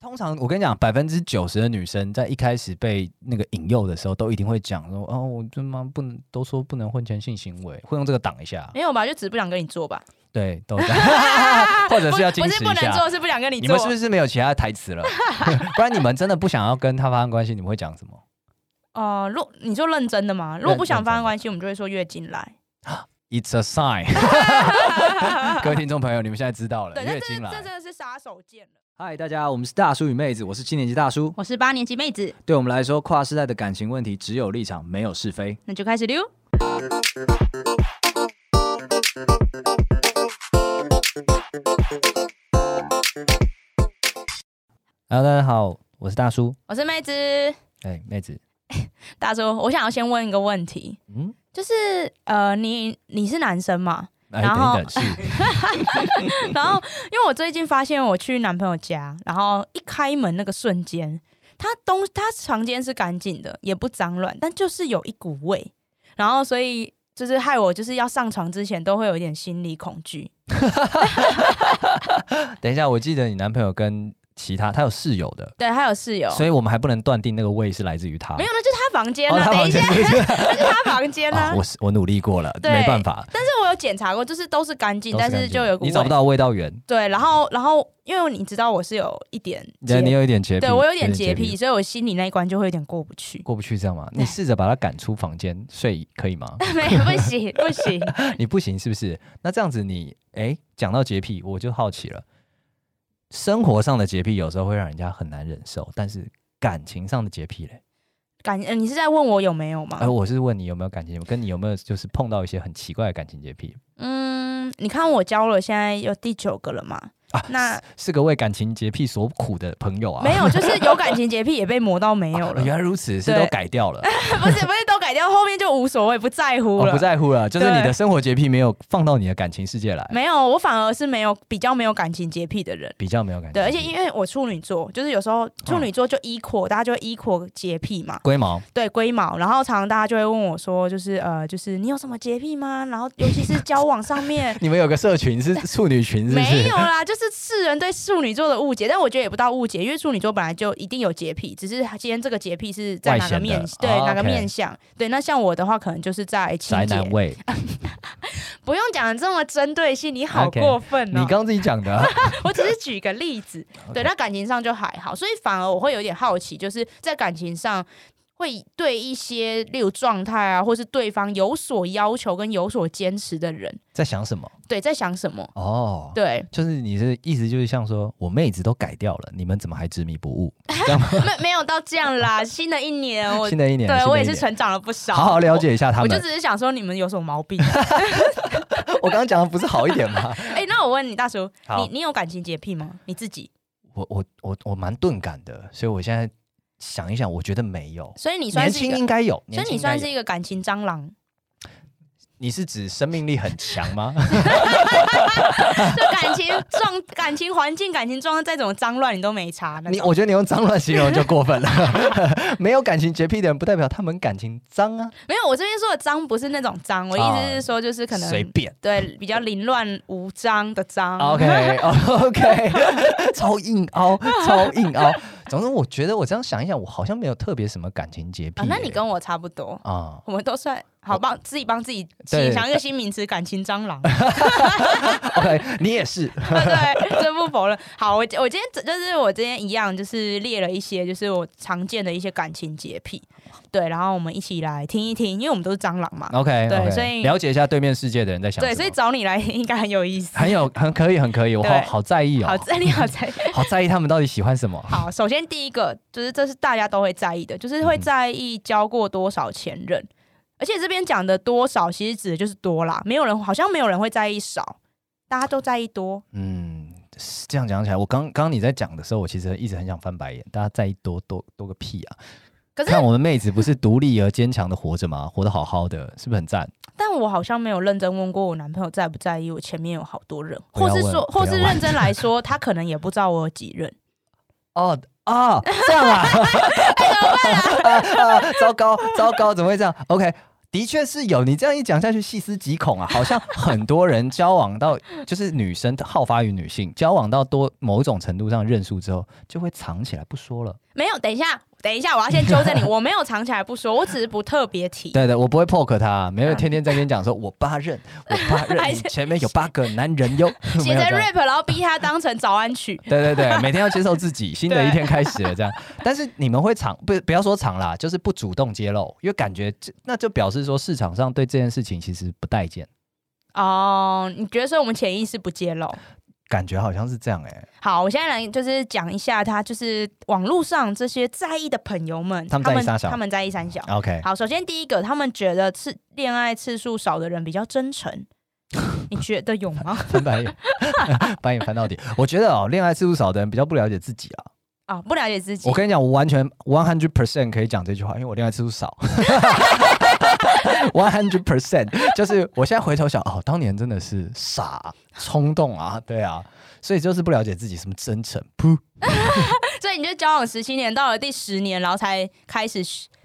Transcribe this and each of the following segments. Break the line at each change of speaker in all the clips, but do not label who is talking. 通常我跟你讲，百分之九十的女生在一开始被那个引诱的时候，都一定会讲说：“哦，我他妈不能都说不能婚前性行为，会用这个挡一下。
没有吧？就只是不想跟你做吧，”
对，都 这样，或者是要矜
不
持
是
一
不能
下
做，。是不想跟你
你
做
们。是不是没有其他的台词 了？不然你们真的不想要跟他发生关系，你们会讲什么？
哦，如你说认真的吗？如果不想发
认真的
生关系，我们就会说月经来。
It's a sign，各位听众朋友，你们现在知道了，
对，这
月
这
经
这
来
真。的是杀手锏了。
嗨，大家，我们是大叔与妹子，我是七年级大叔。
我是八年级妹子，
对我们来说，跨世代的感情问题只有立场，没有是非。
那就开始溜。
Hello，大家好，我是大叔。
我是妹子，
哎、妹子，
大叔，我想要先问一个问题，
嗯，
就是呃，你你是男生嘛？
哎，
然
等
后
一等， 是
然后因为我最近发现我去男朋友家，然后一开门那个瞬间，他东他房间是干净的，也不脏乱，但就是有一股味，然后所以就是害我就是要上床之前都会有一点心理恐惧。
等一下，我记得你男朋友跟其他他有室友的，
对，还有室友。
所以我们还不能断定那个味是来自于他。
没有，那就是他房间
哦，
啊。
他
等
房
一下
间，是不是
那就是他房间啊
啊，。我是我努力过了，
对
没办法，
但是我有检查过，就是都是干净，
都
但
干
是
净
就有股
你找不
味
到味道源，
对，然后然后因为你知道我是 有一点洁
你你有一点洁癖，
对我有点洁癖，，所以我心里那一关就会有点过不去。
过不去这样吗？你试着把他赶出房间睡可以吗？
没有，不行不行，
你不行是不是？那这样子你哎，讲到洁癖，我就好奇了，生活上的洁癖有时候会让人家很难忍受，但是感情上的洁癖嘞？
感、呃你是在问我有没有吗
哎、？我是问你有没有感情，跟你有没有就是碰到一些很奇怪的感情洁癖
嗯，你看我交了，现在有第九个了嘛？
啊？
那
是是个为感情洁癖所苦的朋友啊，
没有，就是有感情洁癖也被磨到没有
啊
了，
原来如此，是
对
都改掉了，
不是不是都改掉，后面就无所 谓，不在乎
我、
了。
哦不在乎了，就是
对
你的生活洁癖没有放到你的感情世界来，
没有，我反而是没有比较没有感情洁癖的人。
比较没有感情
对，而
洁癖。
且因为我处女座，就是有时
嗯
候处女座就 equal，、大家就会 equal 洁癖嘛，
龟毛，，
对龟毛，然后常常大家就会问我说，就是呃，就是你有什么洁癖吗？然后尤其是交往上面
你们有个社群 是处女群，是不
没
是
有？啦，就是世人对处女座的误解，但我觉得也不到误解，因为处女座本来就一定有洁癖，只是今天这个洁癖是在哪个面
外显的，
对、
哦
哪个
OK
面相，对，那像我的话，可能就是在清
宅
洁
男，味，
不用讲得这么针对性，你好
OK
过分
你
哦、
刚刚自己讲的啊，
我只是举个例子，对，那感情上就还好，所以反而我会有点好奇，就是在感情上会对一些例如状态啊，或是对方有所要求跟有所坚持的人，
在想什么？
对，在想什么？
哦，
对，
就是你的意思就是像说，我妹子都改掉了，你们怎么还执迷不 悟？这样吗？
没没有到这样啦。新的一年我，
新的一年，新
对
的
我
一
也是
年
成长了不少，
好好了解一下他
我。我
们
就。只是想说，你们有什么毛病？
我刚刚讲的不是好一点吗？
哎、那我问你，大叔，
好
你你有感情洁癖吗？你自己？
我我我我蛮钝感的，所以我现在想一想，我觉得没有。
所以你算
年
是一
轻
个，
应该有，
所
年
以
轻应
你
该
算
有
是一个感情蟑螂，
你是指生命力很强 吗？
就感情状、感情环境、感情状态再怎么脏乱，你都没差。那
你
种
我觉得你用脏乱形容就过分了。 没有感情洁癖的人，不代表他们感情脏啊，
没有，我这边说的脏不是那种脏，我的意思是说就是可能、
随便。
对比较凌乱无章的脏。 啊
OK OK，超 硬凹，超硬凹。总之，我觉得我这样想一想，我好像没有特别什么感情洁癖
啊
耶、
那你跟我差不多，
啊、
我们都算好帮自己帮自己
对
起想一个新名词“感情蟑螂”
o k 你也是，
对，这不否认。好，我我今天就是我今天一样，就是列了一些就是我常见的一些感情洁癖，对，然后我们一起来听一听，因为我们都是蟑螂嘛，
OK，
对所以
了解一下对面世界的人在想什么。
对，所以找你来应该很有意思。
很有很可以很可以，我好
对
好在意哦，
好，这里好在
好在意他们到底喜欢什么。
好，首先第一个就是这是大家都会在意的，就是会在意交过多少前任，而且这边讲的多少其实指的就是多啦，没有人好像没有人会在意少，大家都在意多。
嗯，是这样讲起来，我刚刚刚你在讲的时候，我其实一直很想翻白眼，大家在意多多多个屁啊！
可是
看我们妹子不是独立而坚强的活着吗？活得好好的，是不是很赞？
但我好像没有认真问过我男朋友在不在意我前面有好多人，
不要
或
问
是说，
不要
或
问
是认真来说， 他可能也不知道我有几任。
哦哦，这样啊！糟糕糟糕，怎么会这样？OK，的确是有，你这样一讲下去，细思极恐啊！好像很多人交往到，就是女生好发于女性，交往到多某种程度上认输之后，就会藏起来不说了。
没有，等一下，等一下，我要先纠正 你，我没有藏起来不说，我只是不特别提。
对的，我不会 poke 他，啊没有天天在跟你讲说，我八任，我八任，
嗯还
你
是
前面有八个男人 哟，没
写
有
着
这样。
rap，然后逼他当成早安曲
对对对，每天要接受自己，新的一天开始了这样。但是你们会藏不不要说藏啦，就是不主动揭露，因为感觉这那就表示说市场上对这件事情其实不待见，
哦，你觉得说我们潜意识不揭露？
感觉好像是这样哎、
好，我现在来就是讲一下他就是网络上这些在意的朋友们，
他们在意三小
他们在意三小。哦
OK，
好，首先第一个，他们觉得次恋爱次数少的人比较真 诚，你觉得有吗？
翻白眼， 把眼翻到底。我觉得哦，恋爱次数少的人比较不了解自己啊。
啊、不了解自己
我。跟你讲，我完全 one hundred percent 可以讲这句话，因为我恋爱次数少。One hundred percent，就是我现在回头想，哦，当年真的是傻冲动啊，对啊，所以就是不了解自己，什么真诚，噗，
所以你就交往十七年，到了第十年，然后才开始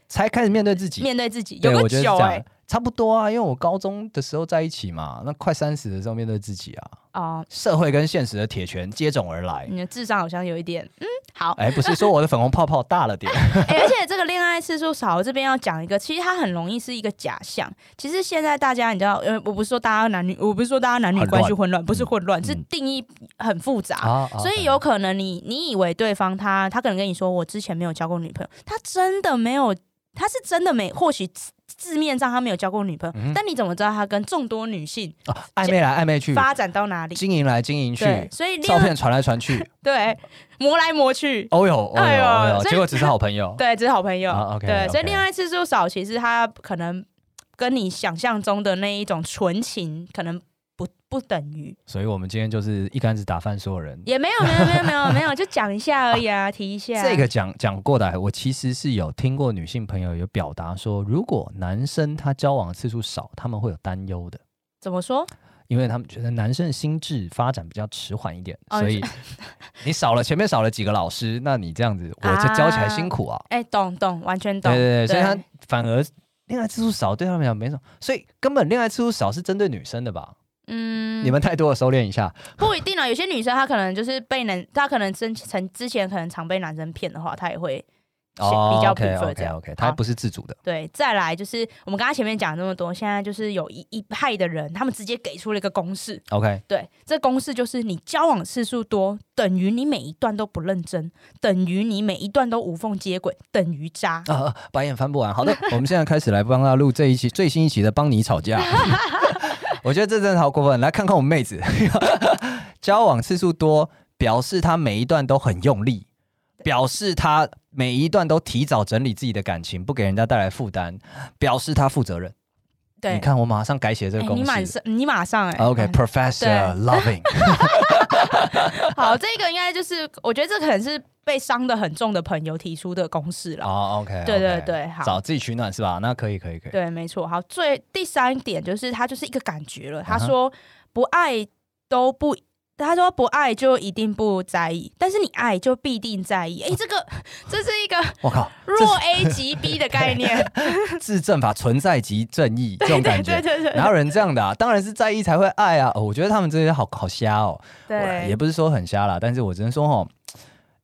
才开始面对自己。
面对自己，有
对，
个
我觉得是
久
这
哎、
样，差不多啊，因为我高中的时候在一起嘛，那快三十的时候面对自己啊，
哦，
社会跟现实的铁拳接踵而来。
你的智商好像有一点，嗯， 好，
哎，不是说我的粉红泡泡大 了点，
欸而且这个恋爱次数少，我这边要讲一个，其实它很容易是一个假象。其实现在大家你知道，呃，我不是说大家男女，我不是说大家男女
很
关系
乱
混乱，不是混乱，
嗯
是定义很复杂。
啊
所以有可能你你以为对方他他可能跟你说我之前没有交过女朋友，他真的没有，他是真的没，或许字字面上他没有交过女朋友，
嗯
但你怎么知道他跟众多女性
啊暧昧来暧昧去，
发展到哪里？
经营来经营
对
去，，
所以
照
恋爱
片传来传去，
对磨来磨去，
哦呦哦呦
哎呦
哦呦，
所以
结果只是好朋友。
对，只是好朋友。
啊，OK，
对，所
OK
以恋爱次数少，其实他可能跟你想象中的那一种纯情，可能不不等于，
所以我们今天就是一竿子打翻所有人。
也没有，没有，没有，没有，没有，就讲一下而已啊，提一下。
这个讲讲过的，我其实是有听过女性朋友有表达说，如果男生他交往次数少，他们会有担忧的，
怎么说？
因为他们觉得男生的心智发展比较迟缓一点，
哦
所以你少了前面少了几个老师，那你这样子我这教起来辛苦啊。
哎、懂懂，完全 懂。
对对对，所以他反而恋爱次数少对他们来讲没什么，所以根本恋爱次数少是针对女生的吧？
嗯，
你们太多了，收敛一下。
不一定啊。有些女生她可能就是被男，她可能之前之前可能常被男生骗的话，她也会
哦，
比较
OK
prefer 这
OK
样
OK，它
好
不是自主的，
对，再来就是我们刚刚前面讲那么多，现在就是有一一派的人，他们直接给出了一个公式，
OK，
对，这公式就是你交往次数多，等于你每一段都不认真，等于你每一段都无缝接轨，等于渣。
啊、啊白眼翻不完。好的， 我们现在开始来帮大家录这一期最新一期的帮你吵 架。 我觉得这真的好过分，来看看我们妹子， 交往次数多，表示她每一段都很用力，表示她每一段都提早整理自己的感情，不给人家带来负担，表示她负责任。
对，
你看我马上改写这个
哎
公
你马
式。啊
上，你马上哎、嗯
OK，Professor、Loving，
好，这个应该就是，我觉得这可能是被伤的很重的朋友提出的公式了。
哦，OK，
对对，对，好，
找自己取暖是吧？那可以可以可以，
对，没错。好，最第三点就是他就是一个感觉了，他
嗯哼
说不爱都不。他说不爱就一定不在意，但是你爱就必定在意。哎、这个这是一个
我靠， 这
弱 A 及 B 的概念。
自证法存在即正义这种 感
对
觉。
对对
哪有人这样的啊？ 当然是在意才会爱啊！哦我觉得他们这些好好瞎哦，我
对，
也不是说很瞎啦，但是我只能说哦，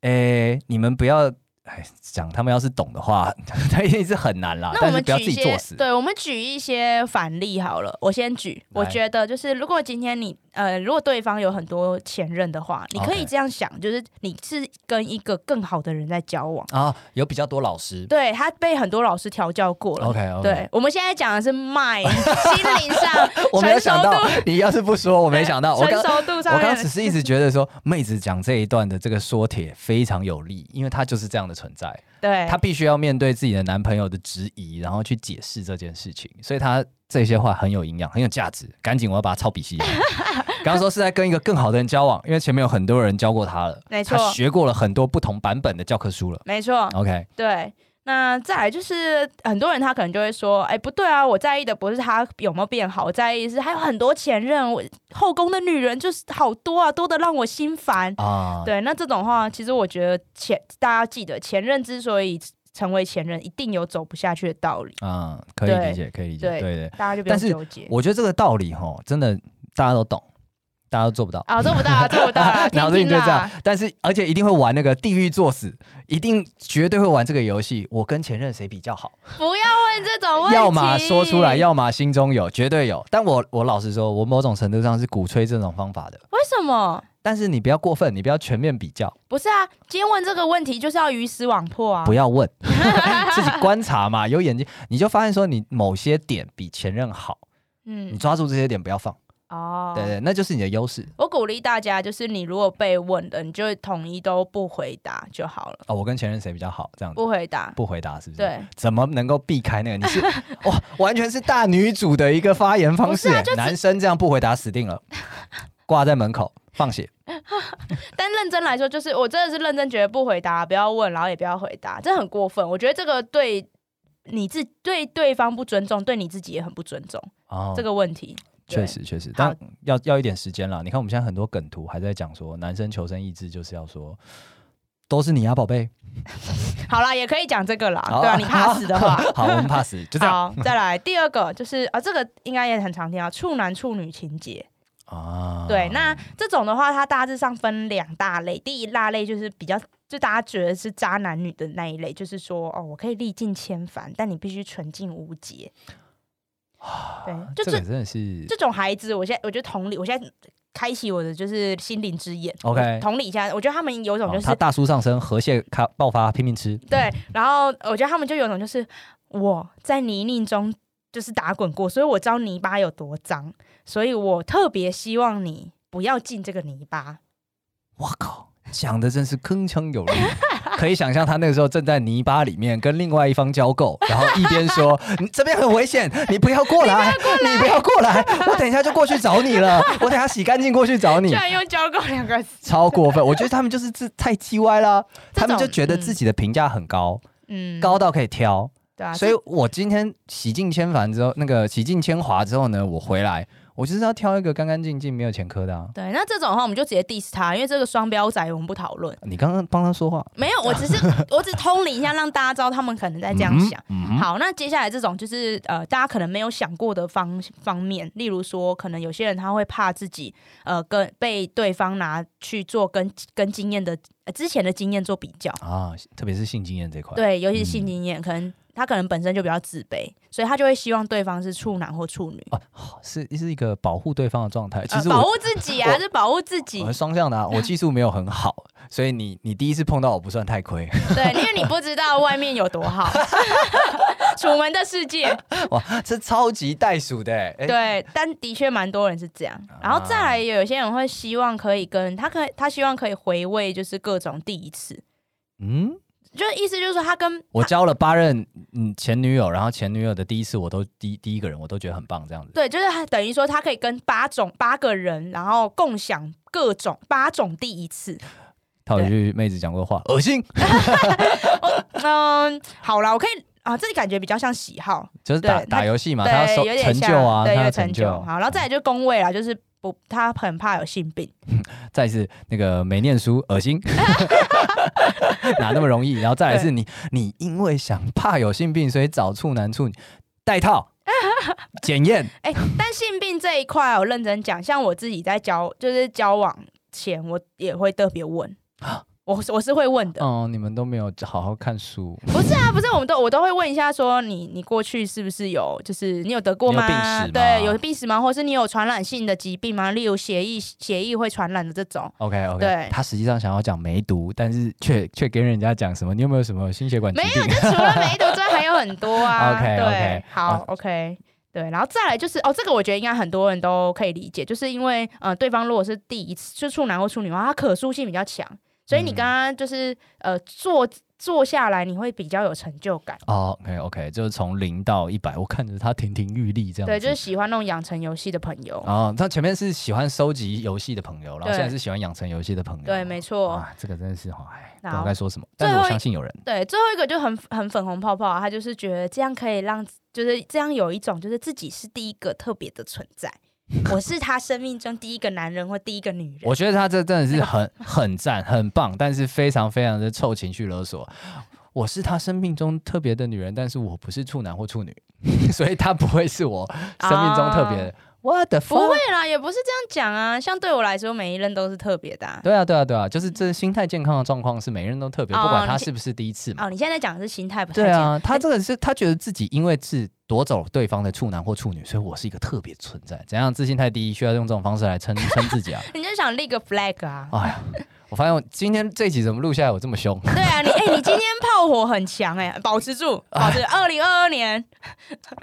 诶、你们不要哎讲，他们要是懂的话， 他一定是很难啦。
那我
但是
们
不要
举
自
一
己
些
作，死。
对，我们举一些反例好了。我先举，我
来
觉得就是如果今天你呃，如果对方有很多前任的话，你可以
OK
这样想，就是你是跟一个更好的人在交往，
啊，有比较多老师。
对他被很多老师调教过了。
OK OK，
对，我们现在讲的是 mind 心灵上
我没有
成
想
熟
到
度，
你要是不说，我没想到。我
成
刚
熟度上
我刚
面
只
的。
是一直觉得说，妹子讲这一段的这个说帖非常有力，因为她就是这样的存在。
对，
她必须要面对自己的男朋友的质疑，然后去解释这件事情，所以她这些话很有营养，很有价值。赶紧，我要把它抄笔记。 刚刚说是在跟一个更好的人交往，因为前面有很多人教过她了，
没错哦
她学过了很多不同版本的教科书了。
没错。
OK，
对，那再来就是呃很多人他可能就会说，哎、不对啊，我在意的不是他有没有变好，我在意的是还有很多前任，我后宫的女人就是好多啊，多的让我心烦。
啊，
对，那这种话，其实我觉得前大家记得，前任之所以成为前任，一定有走不下去的道理。
啊，可以理解，可以理解，对
对
对。
大家就不要
但是
纠结。
我觉得这个道理哈，真的大家都懂，大家都做不到。
啊，做不到啊，做不到啊，听
脑子里
听
就这样
啦。，
但是而且一定会玩那个地狱作死，一定绝对会玩这个游戏。我跟前任谁比较好？
不要问这种问题。
要么说出来，要么心中有，绝对有。但我我老实说，我某种程度上是鼓吹这种方法的。
为什么？
但是你不要过分，你不要全面比较，
不是啊，今天问这个问题就是要鱼死网破啊
不。要 问， 自己观察嘛，有眼睛你就发现说你某些点比前任好，你
嗯，
抓住这些点不要放，
哦，
对对，那就是你的优势
我鼓励大家，就是你如果被问了，你就统一都不回答就好了，
哦。我跟前任谁比较好？这样子
不回答。
不回答是不是？
对，
怎么能够避开那个？你是 哇，完全是大女主的一个发言方式
不是啊
欸、
就只
男生这样不回答死定了，挂在门口放血。
但认真来说，就是我真的是认真觉得不回答，不要问，然后也不要回答，这很过分。我觉得这个对你自对对方不尊重，对你自己也很不尊重。
哦，
这个问题，对
确实确实，
好
但要要一点时间啦。你看我们现在很多梗图还在讲说，男生求生意志就是要说。都是你啊，宝 贝。
好啦，也可以讲这个啦，
好
对啊，你怕死的话。
好，我们怕 死，就这样
好，再来第二个就是啊，这个应该也很常听到啊处男处女情节。
啊。
对，那这种的话，它大致上分两大类。第一大类就是比较，就大家觉得是渣男女的那一类，就是说哦，我可以历尽千帆，但你必须纯净无邪。对，就
啊这
这
个真的是
这种孩子，我现在我觉得同理，我现在开启我的就是心灵之眼。
OK
我同理一下，我觉得他们有一种
哦
就是、
他大叔上身，河蟹开爆发，拼命吃。
对，然后我觉得他们就有一种就是我在泥泞中就是打滚过，所以我知道泥巴有多脏，所以我特别希望你不要进这个泥巴。
我靠，讲的真是铿锵 有力。可以想象他那个时候正在泥巴里面跟另外一方交 媾，然后一边说：“你这边很危险，你不要过 来，你不要过来，我等一下就过去找你了，我等一下洗干净过去找
居
你。
然用“交够”两个字，”
超过分，我觉得他们就是自太叽歪了，
这
他
种
们就觉得自己的评价很高，
嗯，
高到可以挑。
对啊，
所以我今天洗尽千帆之后，那个洗尽铅华之后呢，我回来，我就是要挑一个干干净净、没有前科的啊。
对，那这种的话我们就直接 diss 他，因为这个双标仔我们不讨论。
你刚刚帮他说话，
没有，我 只是我只通理一下，让大家知道他们可能哎在这样想。
嗯哼，嗯哼
好，那接下来这种就是呃，大家可能没有想过的方方面，例如说，可能有些人他会怕自己呃跟被对方拿去做跟跟经验的、呃之前的经验做比较，
啊，特别是性经验这块，
对，尤其是
嗯
性经验，可能他可能本身就比较自卑，所以他就会希望对方是处男或处女，
啊，好是是一个保护对方的状态。其
呃
实
保
我
护自己啊，
我
是保护自己
我，是双向的、 啊，我技术没有很好，所以你你第一次碰到我不算太亏。
对，因为你不知道外面有多好， 楚门的世界。
哇，这超级袋鼠的、欸，哎、
对，但的确蛮多人是这样。
啊
然后再来，有些人会希望可以跟他可以他希望可以回味，就是各种第一次，
嗯，
就是意思就是说他跟
我交了八任嗯前女友，然后前女友的第一次我都第第一个人我都觉得很棒，这样子。
对，就是他等于说他可以跟八种八个人，然后共享各种八种第一次。
套一句妹子讲过的话，恶心，
嗯，好啦，我可以啊，这感觉比较像喜好，
就是打
对
打
他
游戏嘛，他要
对，
收
有点
成
像
就啊，
对，
他
有
要
点
成
成
就。
就。好，然后再来就工位啦，就是不他很怕有性病。
再是那个没念书，恶心， 哪那么容易？然后再来是你，你因为想怕有性病，所以找处男处女带套检验，
哎、但性病这一块啊，我认真讲，像我自己在交，就是交往前，我也会特别问，我是我是会问的，
啊哦，你们都没有好好看书，
不是啊，不是，我们都我都会问一下说你你过去是不是有，就是你有得过
你有
吗？
病史吗
对，有病史吗？或是你有传染性的疾病吗？例如血液血液会传染的这种。
OK OK，
对
他实际上想要讲梅毒，但是却却跟人家讲什么？你有没有什么心血管疾
没
病
有，？就除了梅毒之外，还有很多 啊。
OK，OK，
对，
啊
好，OK，对，然后再来就是哦，这个我觉得应该很多人都可以理解，就是因为呃，对方如果是第一次就处男或处女的话，他可塑性比较强，所以你
嗯
刚刚就是、呃做做下来，你会比较有成就感。
哦，OK OK，就是从零到一百，我看着他亭亭玉立这样子。
对，就是喜欢那种养成游戏的朋友。
哦，他前面是喜欢收集游戏的朋友，然后
对
现在是喜欢养成游戏的朋友。
对，没错。
啊，这个真的是哈，哎，不知道
好
该说什么，
最
但是我
后一
相信有人。
对，最后一个就很很粉红泡泡、啊，他就是觉得这样可以让，就是这样有一种就是自己是第一个特别的存在，我是他生命中第一个男人或第一个女人。
我觉 得他这真的是很很赞，很棒，但是非常非常的臭情绪勒索。我是他生命中特别的女人，但是我不是处男或处女， 所以他不会是我生命中特别的。What the
啊不会
fuck？
啦，也不是这样讲啊。像对我来说，每一任都是特别的、啊。
对啊，对啊，对啊，就是这心态健康的状况是每个人都特别，
哦
不管他
你是
是不是第一次嘛。
哦，你现在讲的是心态不太哎
对
健康。
啊，他这个是他觉得自己因为是夺走对方的处男或处女，所以我是一个特别存在。怎样自信太低，需要用这种方式来称称自己啊？
你就想立个 flag 啊？
哎呀，我发现我今天这一集怎么录下来我这么凶？
对啊，你哎、你今天炮火很强哎、保持住，保持。二零二二年，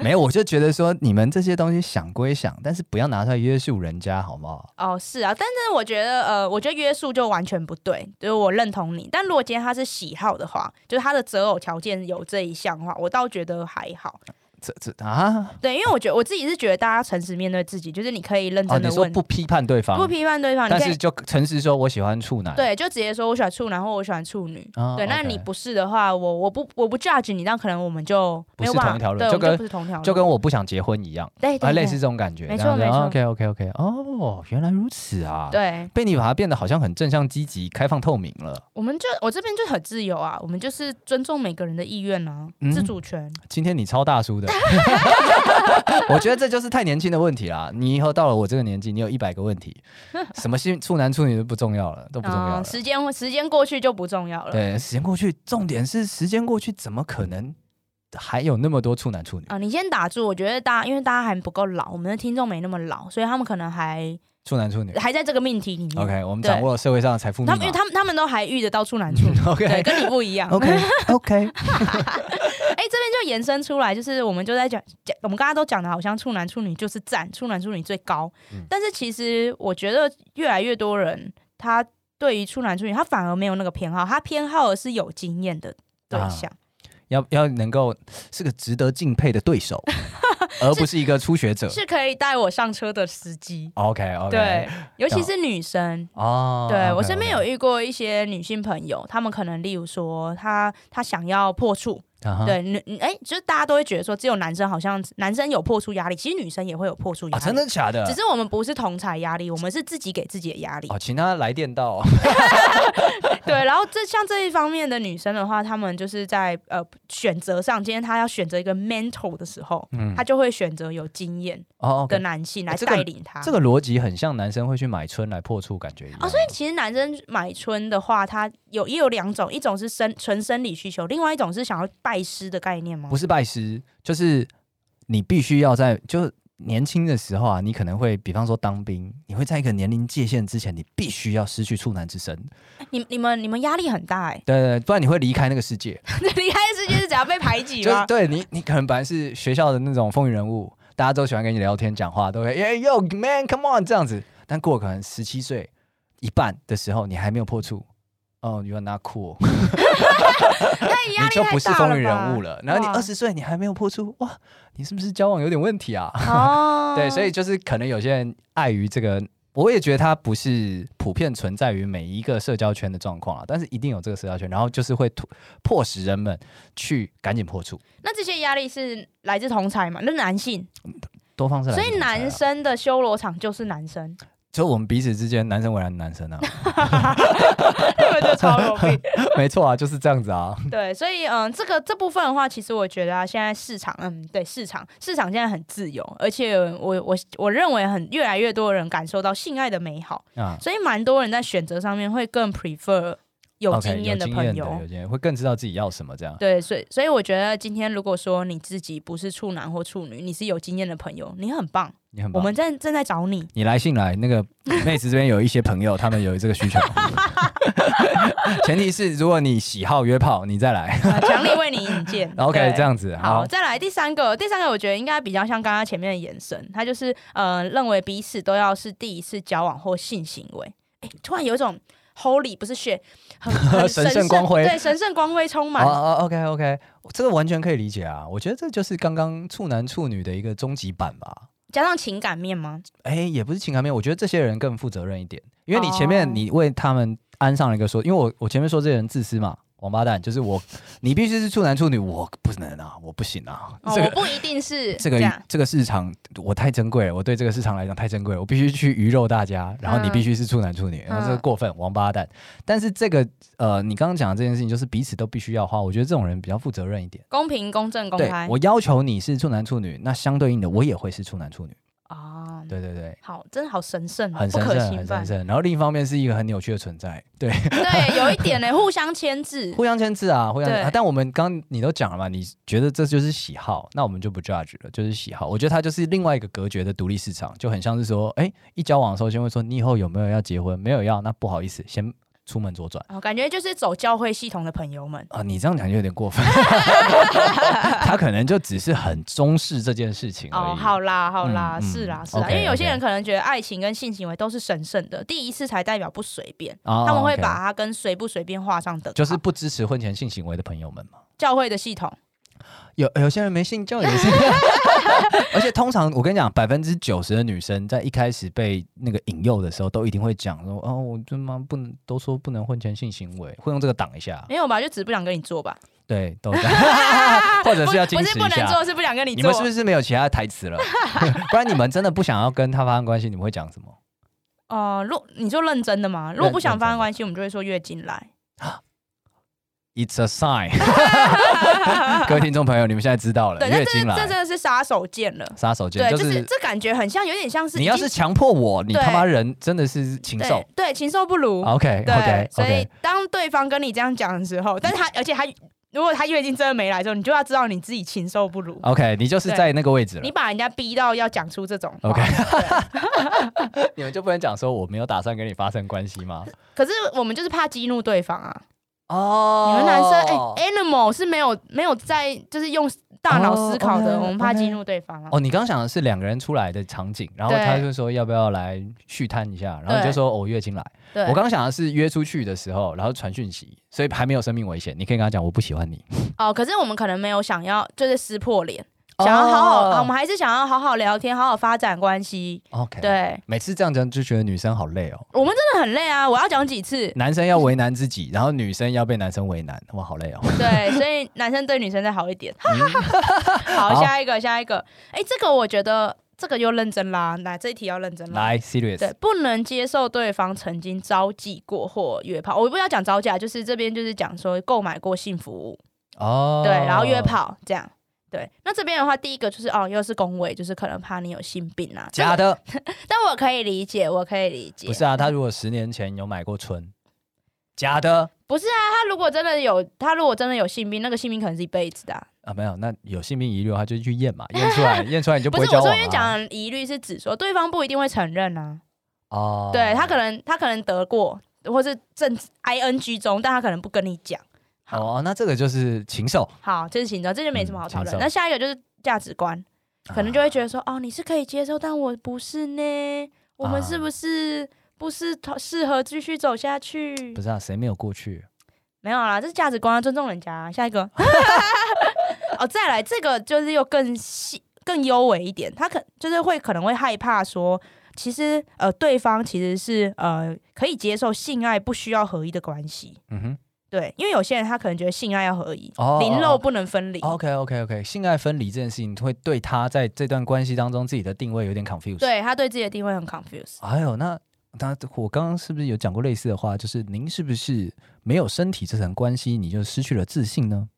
没有，我就觉得说你们这些东西想归想，但是不要拿出来约束人家，好不好？
哦，是啊，但是我觉得，呃，我觉得约束就完全不对，就是我认同你。但如果今天他是喜好的话，就是他的择偶条件有这一项的话，我倒觉得还好。
这这啊，
对，因为我觉得我自己是觉得大家诚实面对自己，就是你可以认
哦，
真
你
的
说
问，
不批判对方，
不批判对方，你
但
可
是
以
就诚实说我喜欢处男。
对，就直接说我喜欢处男或我喜欢处女。
啊，
对，那
OK
你不是的话，我我不我不 judge 你，那可能我们就没有
不是同一
办法，
条路
对，
就
我们
跟
不是同条路，
就跟我不想结婚一样，
对对
啊，
对
类似这种感觉。
没错
这样子
没错
OK OK OK，哦，原来如此啊。。
对，
被你把它变得好像很正向、积极、开放、透明了。
我们就我这边就很自由啊，我们就是尊重每个人的意愿啊，
嗯
自主权。
今天你超大叔 的，我觉得这就是太年轻的问题啦。你以后到了我这个年纪，你有一百个问 题，什么性处男处女都不重要了，都不重要了。
嗯时间会时间过去就不重要了。
对，时间过去，重点是时间过去，怎么可能还有那么多处男处女？
啊，你先打住。我觉得大家因为大家还不够老，我们的听众没那么老，所以他们可能还
处男处女
还在这个命题里面。
，OK，我们
对
掌握了社会上的财富密
他
码
们因为。他们他们都还遇得到处男处女， 对，
OK
跟你不一样。
OK OK，
哎、这边就延伸出来，就是我们就在讲讲，我们刚刚都讲的好像处男处女就是赞，处男处女最高。
嗯
但是其实我觉得越来越多人，他对于处男处女，他反而没有那个偏好，他偏好的是有经验的对
啊
象。
要要能够是个值得敬佩的对 手，而不是一个初学者。
是可以带我上车的司机。
OK OK，
对，尤其是女生。
哦，
对
OK，
我身边
OK
有遇过一些女性朋友，她们可能例如说，她她想要破处，
啊哈
对女哎、就是大家都会觉得说，只有男生好像男生有破处压力，其实女生也会有破处压
啊，
力，
真的假的？
只是我们不是同才压力，我们是自己给自己的压力。
哦，请他来电到
对，然后这像这一方面的女生的话，她们就是在呃选择上，今天她要选择一个 mentor 的时候，
嗯
她就会选择有经验
哦
的
，OK，
男性来
这个
带领她。
这个逻辑很像男生会去买春来破处，感觉一样。
啊哦，所以其实男生买春的话，他有也有两种，一种是生纯生理需求，另外一种是想要拜师的概念吗？
不是拜师，就是你必须要在就年轻的时候啊，你可能会比方说当兵，你会在一个年龄界限之前，你必须要失去处男之身，
你你们你们压力很大 哎、
对对，对不然你会离开那个世界。
欸，离开世界是只要被排挤
就是
吗？
对你，你可能本来是学校的那种风云人物，大家都喜欢跟你聊天讲话，都 会耶 yo man come on 这样子。但过了可能十七岁一半的时候，你还没有破处，哦、y o u are not cool，
那压
你
力
就不
太
是
大
风
了
云人物
吧？
了。然后你
哇
二十岁你还没有破处，哇，你是不是交往有点问题啊？
哦
对，所以就是可能有些人碍于这个。我也觉得它不是普遍存在于每一个社交圈的状况啊，但是一定有这个社交圈，然后就是会突迫使人们去赶紧破处。
那这些压力是来自同才嘛？那男性，
多方式来
所
自
以
同才啊
男生的修罗场就是 男生，
就我们彼此之间，男生为难男生啊，
这个就超有病。
没错啊，就是这样子啊。
对，所以嗯，这个这部分的话，其实我觉得啊，现在市场，嗯，对，市场市场现在很自由，而且我我我认为很越来越多人感受到性爱的美好，
啊
所以蛮多人在选择上面会更 prefer 有
OK，
经验的
有经
朋
验
友。
的，有经验会更知道自己要什么这样。
对，所以所以我觉得今天如果说你自己不是处男或处女，你是有经验的朋友，你很棒，
你很
我
棒，
们正正在找你。
你来信来，那 个妹子这边有一些朋友，他们有这个需求。前提是如果你喜好约炮，你再 来。。
啊强烈为你引荐
OK，
对
这。样子
好，
好。
再来第三个，第三个我觉得应该比较像刚刚前面的延伸，它就是呃，认为彼此都要是第一次交往或性行为。哎、突然有一种 holy 不是 shit，很很
神圣光辉
对，神圣光辉充
哦
满。
哦，OK OK，这个完全可以理解啊。我觉得这就是刚刚处男处女的一个终极版吧。
加上情感面吗？
哎、也不是情感面，我觉得这些人更负责任一点，因为你前
哦
面你为他们安上了一个说，因为我我前面说这些人自私嘛，王八蛋，就是我，你必须是处男处女，我不能啊，我不行啊，
哦，
这
我
个。
不一定是
这
这
个
样
这个市场我太珍贵了，我对这个市场来讲太珍贵了，我必须去鱼肉大家，然后你
嗯
必须是处男处女，然后这个
嗯
过分，王八蛋。但是这个呃，你刚刚讲的这件事情，就是彼此都必须要花，我觉得这种人比较负责任一点。
公平、公正、公
对
开
我要求你是处男处女，那相对应的我也会是处男处女。
啊。
对对对，
好，真的好神圣哦，
很
不
神
可
圣，
侵
很
犯
神。圣。然后另一方面是一个很扭曲的存在，对，
对，有一点呢，互相牵制。
互相牵制啊，互相
对
啊。但我们刚你都讲了嘛，你觉得这就是喜好，那我们就不 judge 了，就是喜好。我觉得它就是另外一个隔绝的独立市场，就很像是说，哎，一交往的时候先会说你以后有没有要结婚，没有要，那不好意思，先出门左转。
哦，感觉就是走教会系统的朋友们，
啊，你这样讲就有点 过分。 他可能就只是很重视这件事情而已。
哦，好啦，好
嗯
啦，
嗯
是啦，是啦
OK，
因为有些
OK
人可能觉得爱情跟性行为都是神圣的，第一次才代表不随便，
哦，
他们会
OK
把它跟随不随便画上等号，
就是不支持婚前性行为的朋友们嘛。
教会的系统。
有有些人没信教也是， 而且通常我跟你讲，百分之九十的女生在一开始被那个引诱的时候，都一定会讲说：“哦，我他妈不能都说不能婚前性行为，会用这个挡一下。
没有吧，就只是不想跟你做吧，”
对，都这 样或者是要矜
不
持
是不
一
能
下。
做，是不想跟你
你
做。
们是不是没有其他的台 词了？不然你们真的不想要跟他发生关系，你们会讲什么？
哦，如你就认真的嘛，如果不想发生关系，我们就会说月经来。
It's a sign，各位听众朋友，你们现在知道了，
对，
月
但
经
这这真
来，
的是杀手锏了。
杀手锏
对，
就
就是
是
这感觉很像，有点像是
你要
已经
是强迫我，你
对
他妈人真的是禽兽
对。对禽兽不如。
OK
对
OK
所以
OK，
当对方跟你这样讲的时候，但是他而且他如果他月经真的没来之后，你就要知道你自己禽兽不如。
OK，你就是
对
在那个位置哦了
你。把人家逼到要讲出这种话
OK
对
你们就不能讲说我没有打算跟你发生关系吗？
可是我们就是怕激怒对方啊！
哦
你们男生哎、a n i m a l 是没有没有在就是用大脑思考的
哦，OK，
我们怕激怒对方啊。
哦，你刚刚想的是两个人出来的场景，然后
对
他就说要不要来续摊一下，然后你就说哦我月经来。
对，
我刚刚想的是约出去的时候，然后传讯息，所以还没有生命危险，你可以跟他讲我不喜欢你，
哦，可是我们可能没有想要就是撕破脸，
哦
想要好好、我们还是想要好好聊天，好好发展关系。
哦 OK。，
对
每次这样讲就觉得女生好累哦，？
我们真的很累啊！我要讲几次
男生要为难自己，然后女生要被男生为难，哇，好累哦。
对，所以男生对女生再好一点。 好，
嗯好
下一个，下一个。哎、这个我觉得这个又认真啦，来这一题要认真啦。
来，serious，
对，不能接受对方曾经招妓过或约炮。我不要讲招架，就是这边就是讲说购买过性服务，
哦，
对，然后约炮这样。对，那这边的话，第一个就是哦，又是恭维，就是可能怕你有性病啊，
假的，
但我可以理解，我可以理解。
不是啊，他如果十年前有买过春，假的
不是啊，他如果真的有，他如果真的有性病，那个性病可能是一辈子的啊、
啊，没有，那有性病遗留，他就去验嘛， 验出来，验出来你就
不
会
是
交
我
往
这边
啊。
讲的疑虑是指说，对方不一定会承认啊。
哦，
对他可能他可能得过，或是正 I N G 中，但他可能不跟你讲。
哦，那这个就是禽兽，
好，这是行政，这就没什么好
嗯啊
讨论。
禽兽
那下一个就是价值观，可能就会觉得说，哦，你是可以接受，但我不是呢。我们
啊
是不是不是同适合继续走下去
不？是啊，谁没有过去？
没有啦，这是价值观啊，尊重人家啊。下 一个，哦，再来这个就是又更细、更优美一点，他可就是会可能会害怕说，其实呃，对方其实是呃可以接受性爱不需要合一的关系，
嗯哼
对，因为有些人他可能觉得性爱要合一，
哦
灵肉不能分离。
，OK OK OK，性爱分离这件事情会对他在这段关系当中自己的定位有点 confuse。，
对他对自己的定位很 confused，
哎呦，那那我刚刚是不是有讲过类似的话？就是您是不是没有身体这层关系，你就失去了自信呢？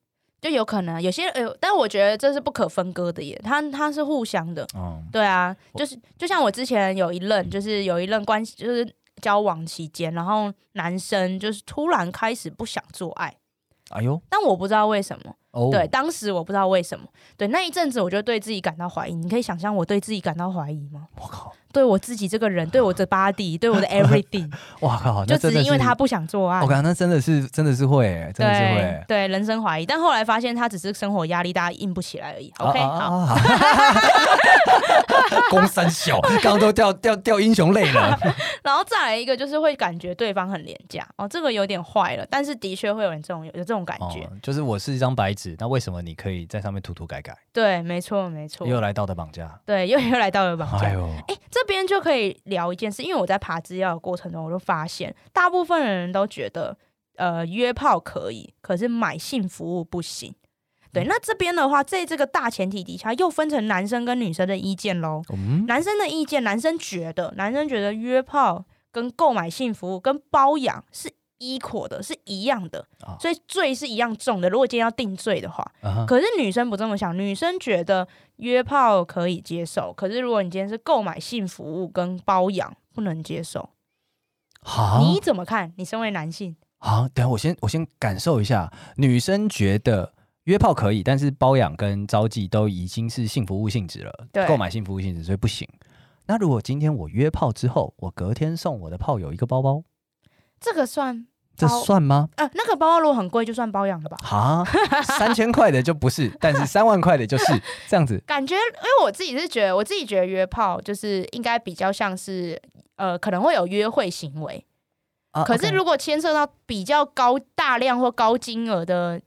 就有可能啊有些呃，但我觉得这是不可分割的耶，他他是互相的，
嗯，
对啊，就是就像我之前有一任，就是有一任关系，就是交往期间，然后男生就是突然开始不想做爱，
哎呦，
但我不知道为什么。
哦，
对，，当时我不知道为什么。对，那一阵子我就对自己感到怀疑。你可以想象我对自己感到怀疑吗？
我靠，
对我自己这个人，对我的 body，对 我的 everything，
哇靠，
就
那
只
真的
是
是
因为他，不想做爱
我。哦靠，那真的是真的是会欸，真的是会
对
欸。
对，人生怀疑，但后来发现他只是生活压力大，硬不起来而已。OK，好，
啊好，攻三小， 刚刚都掉掉掉英雄泪 了。
然后再来一个就是会感觉对方很廉价哦，这个有点坏了，但是的确会有人这种有有这种感觉，
哦，就是我是一张白纸，那为什么你可以在上面涂涂改改？
对，没错没错，
又来道德绑架，
对，又又来到了绑架。
哎呦，
哎，这边就可以聊一件事，因为我在爬资料的过程中，我就发现大部分人都觉得，呃约炮可以，可是买性服务不行。
嗯
对，那这边的话，在这个大前提底下，又分成男生跟女生的意见喽。
嗯，
男生的意见，男生觉得，男生觉得约炮跟购买性服务跟包养是 equal 的，是一样的
哦，
所以罪是一样重的。如果今天要定罪的话，
啊哈
可是女生不这么想，女生觉得约炮可以接受，可是如果你今天是购买性服务跟包养，不能接受。
好
你怎么看？你身为男性，
好，等一下我先我先感受一下，女生觉得约炮可以，但是包养跟招妓都已经是性服务性质了，
对
购买性服务性质，所以不行。那如果今天我约炮之后，我隔天送我的炮友一个包包，
这个算
这
包
算吗？
呃，那个包包如果很贵，就算包养了吧？
啊， 三千块的就不 是，但是三万块的就是这样子。
感觉，因为我自己是觉得，我自己觉得约炮就是应该比较像是，呃，可能会有约会行为。
啊
可是
OK
如果牵涉到比较高大量或高金额的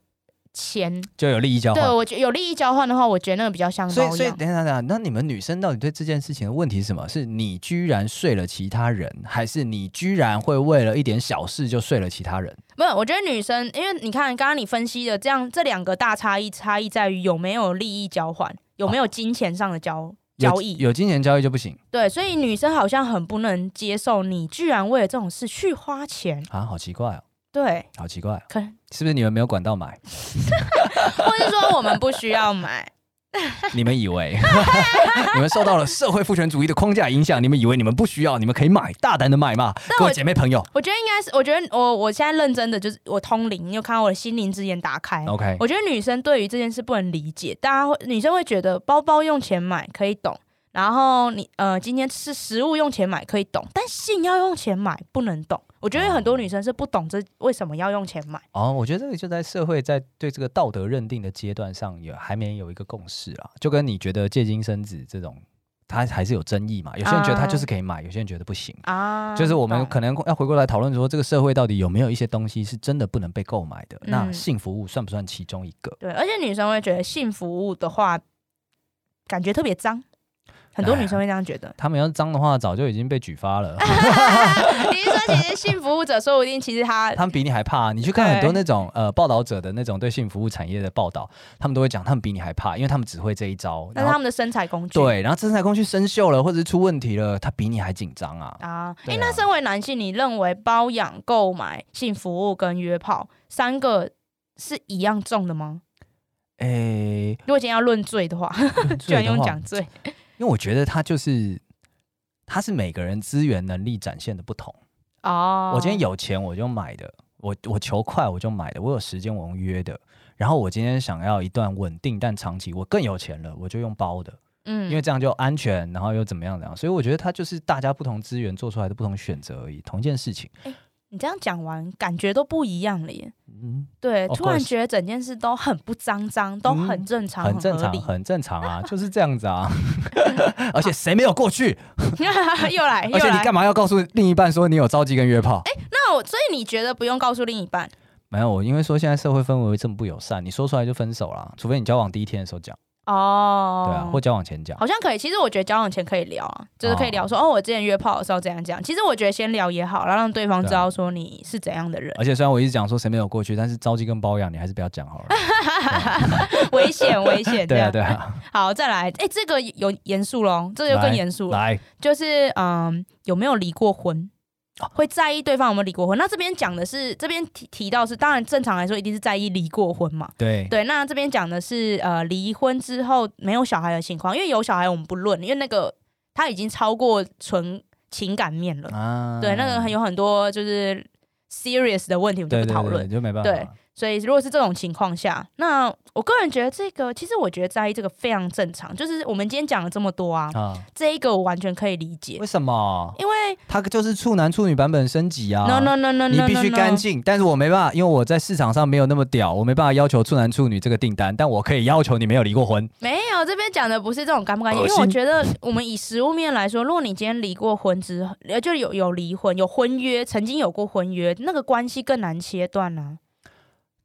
钱，
就有利益交
对
换。
我觉得有利益交换的话，我觉得那个比较像包
哦所以，
养。
所以等一下等一下，那你们女生到底对这件事情的问题是什么？是你居然睡了其他人，还是你居然会为了一点小事就睡了其他人？
没有，我觉得女生，因为你看刚刚你分析的这样，这两个大差异差异在于有没有利益交换，有没有金钱上的交、
哦有
交易。
有金钱交易就不行
对，所以女生好像很不能接受你居然为了这种事去花钱。
啊！好奇怪哦，
对，
好奇怪哦、
可能
是不是你们没有管到 买？
或是说我们不需要买。
你们以为 你们受到了社会父权主义的框架影响，你们以为你们不需要，你们可以买，大胆的买嘛？各位姐妹朋友
我觉得应该是，我觉得我我现在认真的就是我通灵，你有看到我的心灵之眼打开。
，OK，
我觉得女生对于这件事不能理解，大家会女生会觉得包包用钱买可以懂，然后你呃今天吃食物用钱买可以懂，但性要用钱买不能懂。我觉得很多女生是不懂这为什么要用钱买。
哦，我觉得这个就在社会在对这个道德认定的阶段上，也还没有一个共识啊。就跟你觉得借精生子这种，它还是有争议嘛。有些人觉得它就是可以买，有些人觉得不行。
啊，
就是我们
懂
可能要回过来讨论说，这个社会到底有没有一些东西是真的不能被购买的？那
嗯
性服务算不算其中一个？
对，而且女生会觉得性服务的话，感觉特别脏，很多
哎呀。
女生会这样觉 得
他们要是脏的话，早就已经被举发 了。
你是说，其实性服务者说不定其实他
他们比你还怕、啊你去看
对
很多那种呃报道者的那种对性服务产业的报道，他们都会讲他们比你还怕，因为他们只会这一招。
那
然
是他
后
们的身材工具。
对，然后身材工去生锈了，或者是出问题了，他比你还紧张啊。
啊，哎、
对啊
那身为男性，你认为包养、购买、性服务跟约炮三个是一样重的吗？
诶、
如果今天要论罪的话， 居然用讲罪
因为我觉得他就是他是每个人资源能力展现的不同。
哦。
我今天有钱我就买的，我我求快我就买的，我有时间我用约的。然后我今天想要一段稳定但长期，我更有钱了，我就用包的。
嗯
因为这样就安全，然后又怎么样怎么样，所以我觉得它就是大家不同资源做出来的不同选择而已，同一件事情。
你这样讲完，感觉都不一样了耶。
嗯，
对，
Of 嗯
突然觉得整件事都很不脏脏，都啊很正常，
很正
合
常，
理。
很正常 啊，就是这样子啊。 而且谁没有过去？
又来又
而且你
来
干，嘛要告诉另一半说你有召集跟约炮？
那我所以你觉得不用告诉另一半
没有，我因为说现在社会氛围这么不友善，你说出来就分手啦，除非你交往第一天的时候讲，
哦？
对啊，或交往前讲。
好像可以。其实我觉得交往前可以聊啊，就是可以聊说哦，我之前约炮的时候怎样怎样。其实我觉得先聊也好，然后让对方知道说你是怎样的人。
而且虽然我一直讲说谁没有过去，但是召集跟包养你还是不要讲好了。
危险，危险，
啊对啊，
这
对
样
啊，
好，再来，哎、这个有严肃喽，这个就更严肃了，
来，
就是嗯，有没有离过婚？
啊
会在意对方有没有离过婚？那这边讲的是，这边提提到是，当然正常来说一定是在意离过婚嘛。
对，
对，那这边讲的是呃，离婚之后没有小孩的情况，因为有小孩我们不论，因为那个他已经超过纯情感面了。
啊
对，那个很有很多就是 serious 的问题，我们
对
就不
对
讨论
对，。就没办
对
法。
所以如果是这种情况下，那我个人觉得这个，其实我觉得在意这个非常正常。就是我们今天讲了这么多啊，
啊，
这一个我完全可以理解
为，什么？
因为、
它就是处男处女版本升级啊。
no no no no no，
你必须
no, no
干净，但是我没办法，因为我在市场上没有那么屌，我没办法要求处男处女这个订单，但我可以要求你没有离过婚。
没有这边讲的不是这种干不干净，
恶
因
心
为我觉得我们以实物面来说，如果你今天离过婚之后，呃，就有有离婚，有婚约，曾经有过婚约，那个关系更难切断啊。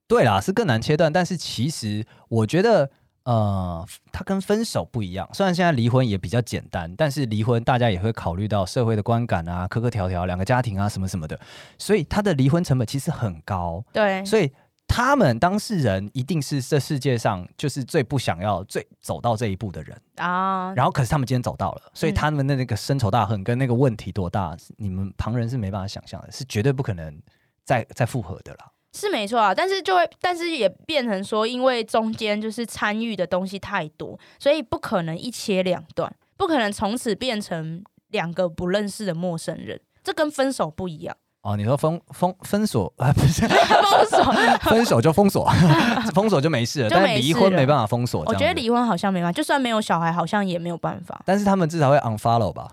对啦，是更难切断，但是其实我觉得，呃，它跟分手不一样。虽然现在离婚也比较简单，但是离婚大家也会考虑到社会的观感啊、磕磕条条、两个家庭啊什么什么的，所以他的离婚成本其实很高。
对，
所以他们当事人一定是这世界上就是最不想要、最走到这一步的人。
啊，
然后可是他们今天走到了，
嗯
所以他们的那个深仇大恨跟那个问题多大，你们旁人是没办法想象的，是绝对不可能再再复合的啦。
是没错啊，但是就会，但是也变成说，因为中间就是参与的东西太多，所以不可能一切两断，不可能从此变成两个不认识的陌生人。这跟分手不一样，
哦，你说封封封锁 啊，不是
分手，
分手就 封锁，封锁就没事了，
就
但
没
是离
事
婚
了
没办法封锁。
我
哦这
觉得
样子
离婚好像没办法，就算没有小孩，好像也没有办法。
但是他们至少会 unfollow 吧，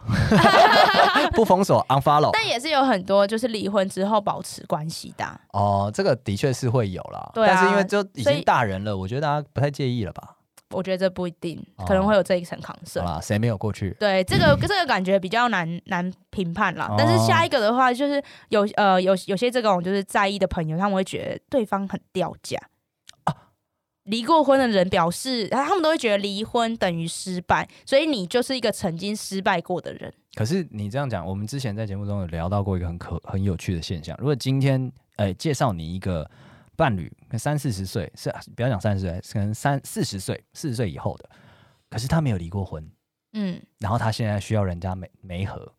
不封锁 unfollow。
但也是有很多就是离婚之后保持关系的啊、
哦，这个的确是会有啦，
对啊
但是因为就已
所以
经大人了，我觉得大家不太介意了吧？
我觉得这不一定
哦，
可能会有这一层抗
好
生。
啦，谁没有过去？
对，这个这个感觉比较难难评判啦
哦。
但是下一个的话，就是有呃有有些这种就是在意的朋友，他们会觉得对方很掉价
啊
离过婚的人表示，他们都会觉得离婚等于失败，所以你就是一个曾经失败过的人。
可是你这样讲，我们之前在节目中有聊到过一个很可很有趣的现象。如果今天呃介绍你一个伴侣，三四十岁是不要讲三十岁，可能三四十岁四十岁以后的，可是他没有离过婚，
嗯，
然后他现在需要人家媒媒合，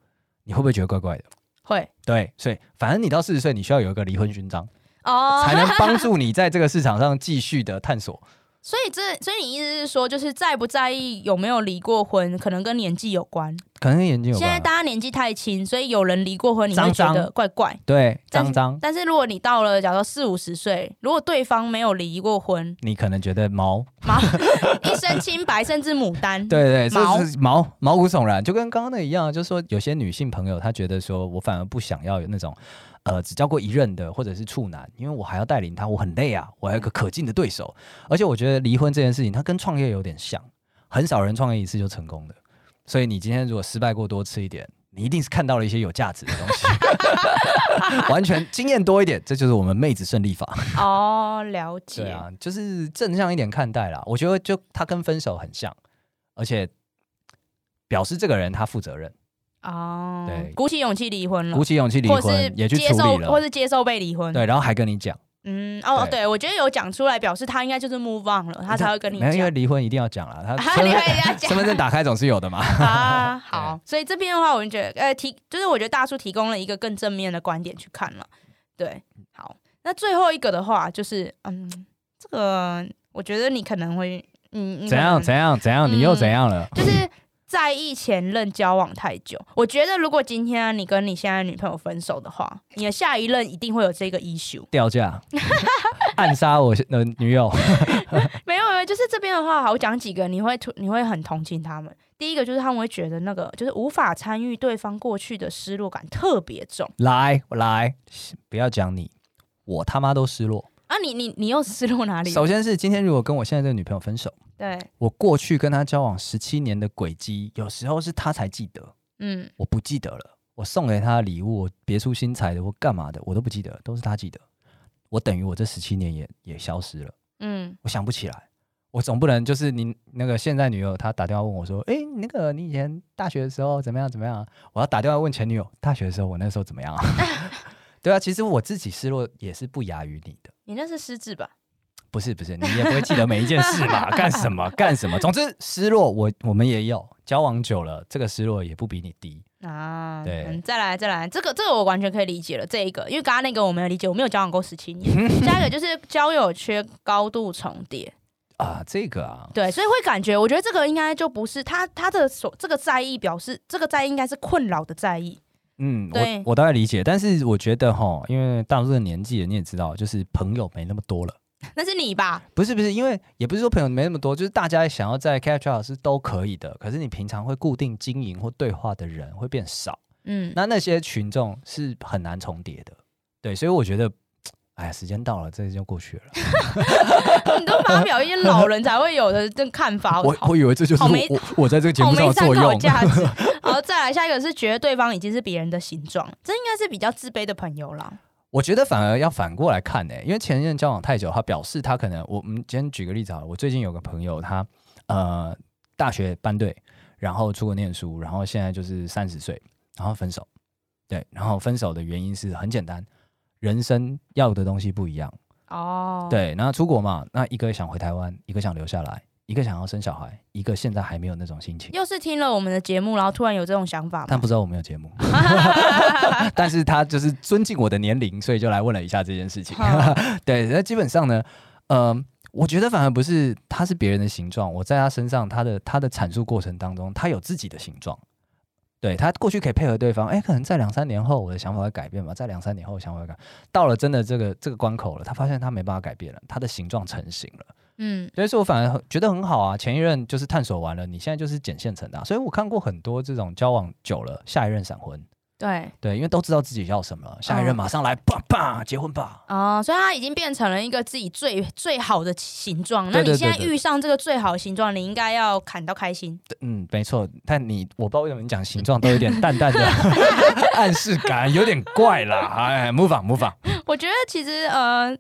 你会不会觉得怪怪的？
会
对，所以反正你到四十岁，你需要有一个离婚勋章，
哦
才。能帮助你在这个市场上继续的探索。
所以这所以你意思是说，就是在不在意有没有离过婚，可能跟年纪有关。
可能跟眼睛有
现在
关啊。
大家年纪太轻，所以有人离过婚，你会觉
脏
得
脏
怪怪。
对，
但
张
是
张，
但是如果你到了，假如说四五十岁，如果对方没有离过婚，
你可能觉得毛，
毛一身清白，甚至牡丹，
对对，
毛
这是毛毛骨悚然，就跟刚刚那一样，就是说有些女性朋友她觉得说我反而不想要有那种。呃，只交过一任的，或者是处男，因为我还要带领他，我很累啊，我还有一个可敬的对手，而且我觉得离婚这件事情，它跟创业有点像，很少人创业一次就成功的，所以你今天如果失败过多次一点，你一定是看到了一些有价值的东西， 完全经验多一点，这就是我们妹子胜利法。
哦，了解。
对啊，就是正向一点看待啦。我觉得就他跟分手很像，而且表示这个人他负责任，
哦，
对
鼓起勇气离婚了
鼓，起勇气离
嗯或是
婚，也去
接
处
受
理，
或
了。
是接受被离婚。
对，然后还跟你讲，
嗯，哦，
对
对，我觉得有讲出来，表示他应该就是 move on 了，他才会跟你
没有，因为
讲。
离婚一定要讲啦。 他
啊，
身
你
份
会这样
身份
讲
证打开总是有的嘛。
啊？好，所以这边的话，我就觉得，呃，提就是我觉得大叔提供了一个更正面的观点去看了。对，好，那最后一个的话就是，嗯，这个我觉得你可能会， 嗯，你可
怎样
能
怎样怎样，你又
嗯
怎样了？
就是在意前任交往太久。我觉得如果今天啊、你跟你现在的女朋友分手的话，你的下一任一定会有这 个 issue。
掉 价，暗杀我的女友。
没有没有，就是这边的话，好，我讲几个，你会突你会很同情他们。第一个就是他们会觉得那个就是无法参与对方过去的失落感特别重
来来，不要讲你，我他妈都失落。
啊！你你你又失落哪里？
首先是今天如果跟我现在这个女朋友分手。
对，
我过去跟他交往十七年的轨迹，有时候是他才记得，
嗯，
我不记得了。我送给他的礼物，我别出心裁的，我干嘛的，我都不记得，都是他记得。我等于我这十七年也也消失了，
嗯，
我想不起来。我总不能就是你那个现在女友，她打电话问我说：“诶，那个你以前大学的时候怎么样怎么样啊、我要打电话问前女友，大学的时候我那时候怎么样啊？ 对啊，其实我自己失落也是不亚于你的。
你那是失智吧？
不是不是，你也不会记得每一件事嘛？干什么干什么？总之，失落我我们也有，交往久了，这个失落也不比你低。
啊，
对
嗯，再来再来，这个这个我完全可以理解了。这一个，因为刚刚那个我没有理解，我没有交往过十七年。 下一个就是交友缺高度重叠，
啊，这个啊，
对，所以会感觉，我觉得这个应该就不是他他的所这个在意，表示这个在意应该是困扰的在意。
嗯，
对
我我大概理解，但是我觉得哈，因为大多数的年纪了你也知道，就是朋友没那么多了。
那是你吧？
不是不是，因为也不是说朋友没那么多，就是大家想要在 catch up 是都可以的，可是你平常会固定经营或对话的人会变少，
嗯，
那那些群众是很难重叠的。对，所以我觉得，哎呀，时间到了，这就过去了。
你 都发表一些老人才会有的这看 法，
我
好
以为这就是
好没
我我在这个节
好
目上
没
的
参
作
考
用。
价值。 好，再来下一个是觉得对方已经是别人的形状，这应该是比较自卑的朋友啦。
我觉得反而要反过来看欸呢、因为前任交往太久，他表示他可能我们今天举个例子好了，我最近有个朋友，他呃大学班队，然后出国念书，然后现在就是三十岁，然后分手，对，然后分手的原因是很简单，人生要的东西不一样，
哦，，
对，那出国嘛，那一个想回台湾，一个想留下来，一个想要生小孩，一个现在还没有那种心情。
又是听了我们的节目，然后突然有这种想法
但
吗？
不知道我们有节目，但是他就是尊敬我的年龄，所以就来问了一下这件事情。 对，那基本上呢，呃，我觉得反而不是他是别人的形状，我在他身上，他的他的阐述过程当中，他有自己的形状。对他过去可以配合对方，哎，可能在两三年后我的想法会改变吧，在两三年后我想法会改，到了真的这个这个关口了，他发现他没办法改变了，他的形状成型了。
嗯，
所以说我反而很觉得很好啊，前一任就是探索完了，你现在就是捡现成的啊、所以我看过很多这种交往久了，下一任闪婚，
对，
对，因为都知道自己要什么了，下一任
哦
马上来，爸爸结婚吧。
哦，所以它已经变成了一个自己最最好的形状。
对
那
对
你
对
现在
对
遇上这个最好的形状，你应该要砍到开心。
嗯，没错。但你我不知道为什么你讲形状都有点淡淡的 暗示感，有点怪啦。哎，move on move on。
我觉得其实呃，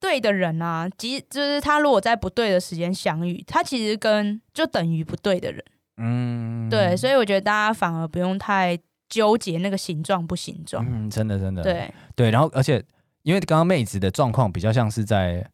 对的人啊，即就是他如果在不对的时间相遇，他其实跟就等于不对的人。
嗯，
对，所以我觉得大家反而不用太纠结那个形状不形状。
嗯，真的真的，
对，
对。然后而且因为刚刚妹子的状况比较像是在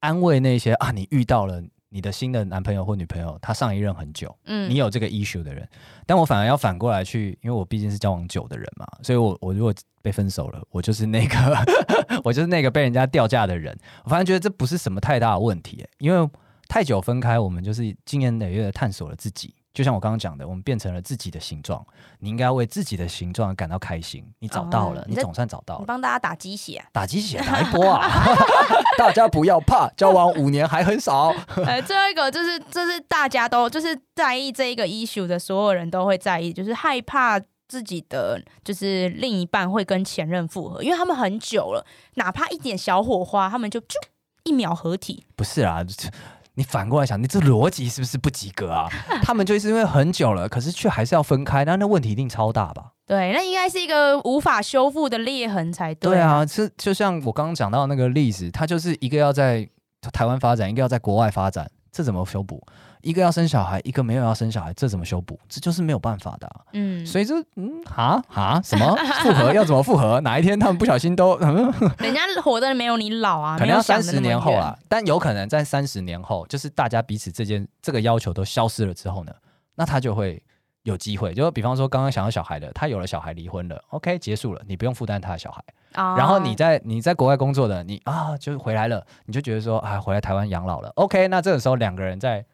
安慰那些啊，你遇到了你的新的男朋友或女朋友，他上一任很久。
嗯，
你有这个 issue 的人，但我反而要反过来去，因为我毕竟是交往久的人嘛，所以我我如果被分手了，我就是那个 我就是那个被人家掉价的人。我反正觉得这不是什么太大的问题、欸因为太久分开，我们就是经年累月的探索了自己。就像我刚刚讲的，我们变成了自己的形状，你应该为自己的形状感到开心。你找到了，
哦
你
你在
总算找到
你
了。。
帮大家打鸡血、啊
打鸡血打一波啊！ 大家不要怕，交往五年还很少。
呃，最后一个就是，就是大家都就是在意这一个 issue 的所有人都会在意，就是害怕自己的就是另一半会跟前任复合，因为他们很久了，哪怕一点小火花，他们就就一秒合体。
不是啊，这你反过来想，你这逻辑是不是不及格 啊？他们就是因为很久了，可是却还是要分开，那那问题一定超大吧？
对，那应该是一个无法修复的裂痕才对。
对，啊，是就像我刚刚讲到那个例子，他就是一个要在台湾发展，一个要在国外发展，这怎么修补？一个要生小孩，一个没有要生小孩，这怎么修补？这就是没有办法的啊、
嗯，
所以这嗯哈哈什么复合要怎么复合？哪一天他们不小心都嗯，
人家活的没有你老啊，
可能
没有
要
想
三
得
十
那么
年后啊
远
啦，但有可能在三十年后，就是大家彼此这件这个要求都消失了之后呢，那他就会有机会。就比方说，刚刚想要小孩的，他有了小孩，离婚了，OK，结束了，你不用负担他的小孩。
啊。
然 后你在你在国外工作的，你啊就是回来了，你就觉得说啊，回来台湾养老了，OK，那这个时候两个人在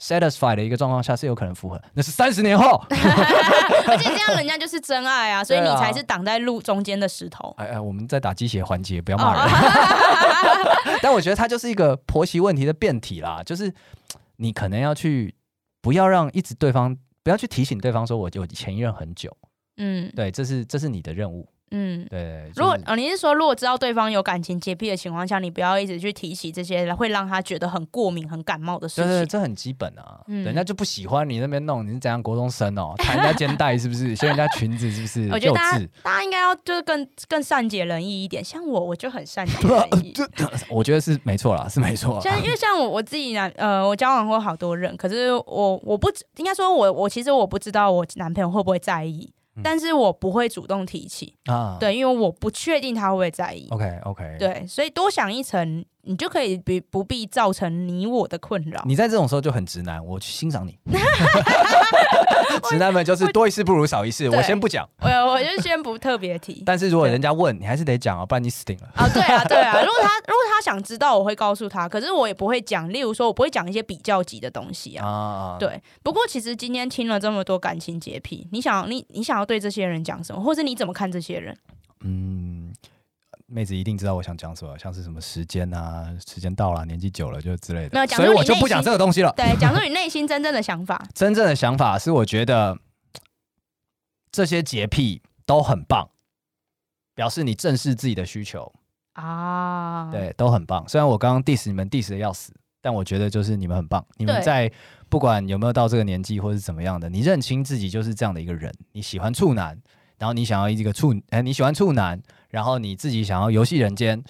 satisfied 的一个状况下是有可能复合，那是三十年 后。
而且这样人家就是真爱啊，所以你
对啊
才是挡在路中间的石头。
哎哎，我们在打鸡血环节，啊不要骂
哦
人。但我觉得它就是一个婆媳问题的辩题啦，就是你可能要去不要让一直对方不要去提醒对方说我有前一任很久，
嗯
对，这是这是你的任务，
嗯。
对对。对就是
如果哦，你是说如果知道对方有感情洁癖的情况下，你不要一直去提起这些会让他觉得很过敏、很感冒的事
对对，对
情。
这很基本啊，
嗯
人家就不喜欢你那边弄，你是怎样国中生哦，弹人家肩带是不是，掀人家裙子是不是，
我觉
幼
得大家
稚。
大家应该要就是更更善解人意一点，像我我就很善解
啊
人意。
我觉得是没错啦，是没错啦。
像因为像我我自己男呃，我交往过好多人，可是我我不知应该说我我其实我不知道我男朋友会不会在意，
嗯
但是我不会主动提起，
啊，
对，因为我不确定他会不会在意。
，OK OK，
对，所以多想一层，你就可以不不必造成你我的困扰。
你在这种时候就很直男，我去欣赏 你。 直男们就是多一事不如少一事，
对
我先不讲。
我我就先不特别提。
但是如果人家问，你还是得讲啊，不然你死定了。
啊，对啊，对 啊。如果他如果他想知道，我会告诉他，可是我也不会讲。例如说，我不会讲一些比较级的东西啊。
啊，
对，不过其实今天听了这么多感情洁癖，你想你你想要对这些人讲什么，或是你怎么看这些 人？
嗯，妹子一定知道我想讲什么，像是什么时间啊，时间到了，年纪久了就之类
没有
的，
讲
所以
说
我
你
就
内
不讲
心
这个东西了。
对，讲出你内心真正的想法。
真正的想法是，我觉得这些洁癖都很棒，表示你正视自己的需求，
啊，，
对，都很棒。虽然我刚刚 diss 你们 diss 的要死，但我觉得就是你们很棒。你们
对
在不管有没有到这个年纪或是怎么样的，你认清自己就是这样的一个人。你喜欢处男，然后你想要一个处，哎、你喜欢处男，然后你自己想要游戏人间，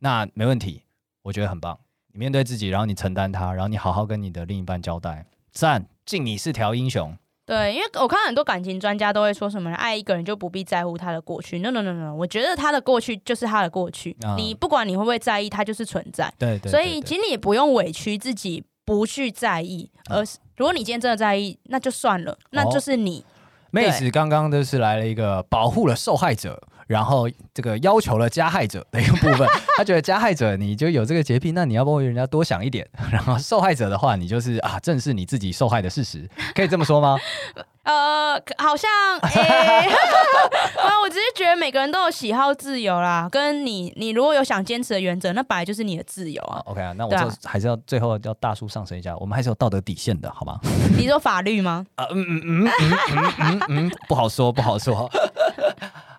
那没问题，我觉得很棒。你面对自己，然后你承担它，然后你好好跟你的另一半交代，赞，敬你是条英雄。
对，因为我看很多感情专家都会说什么，爱一个人就不必在乎他的过去。No No No No，我觉得他的过去就是他的过去，
啊
你不管你会不会在意，他就是存在。
对对
所
对
以
对
其实你也不用委屈自己不去在意，
嗯
而是如果你今天真的在意，那就算了，那
哦
就是你。
妹子刚刚就是来了一个保护了受害者，然后这个要求了加害者的一个部分。她觉得加害者你就有这个洁癖，那你要不为人家多想一点。然后受害者的话，你就是啊，正视你自己受害的事实，可以这么说吗？
呃，可好 像诶，啊，我只是觉得每个人都有喜好自由啦，跟你你如果有想坚持的原则，那本来就是你的自由
啊
啊。
，OK 啊，那我
对
这
啊
还是要最后要大叔上升一下，我们还是有道德底线的，好吗？
你说法律吗？
啊，嗯嗯嗯嗯嗯嗯嗯，不好说，不好说。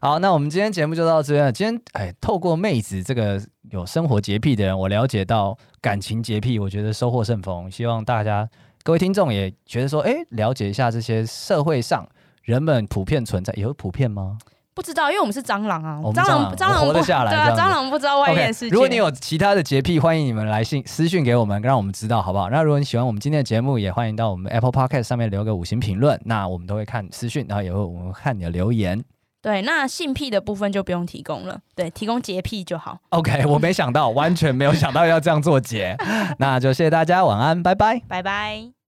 好，那我们今天节目就到这边了。今天，哎，透过妹子这个有生活洁癖的人，我了解到感情洁癖，我觉得收获甚丰。希望大家各位听众也觉得说，哎，了解一下这些社会上人们普遍存在，有普遍吗
不知道，因为我们是蟑螂啊，
我们
蟑螂
蟑螂
蟑螂
我活得
不
下来
对
这
啊，
样子
蟑螂不知道外面
？OK，
的世界。
如果你有其他的洁癖，欢迎你们来信私讯给我们，让我们知道，好不好？那如果你喜欢我们今天的节目，也欢迎到我们 Apple Podcast 上面留个五星评论，那我们都会看私讯，然后也会我们会看你的留言。
对，那性癖的部分就不用提供了，对，提供洁癖就好。
OK，我没想到，完全没有想到要这样做结。那就谢谢大家，晚安，拜拜。
拜拜。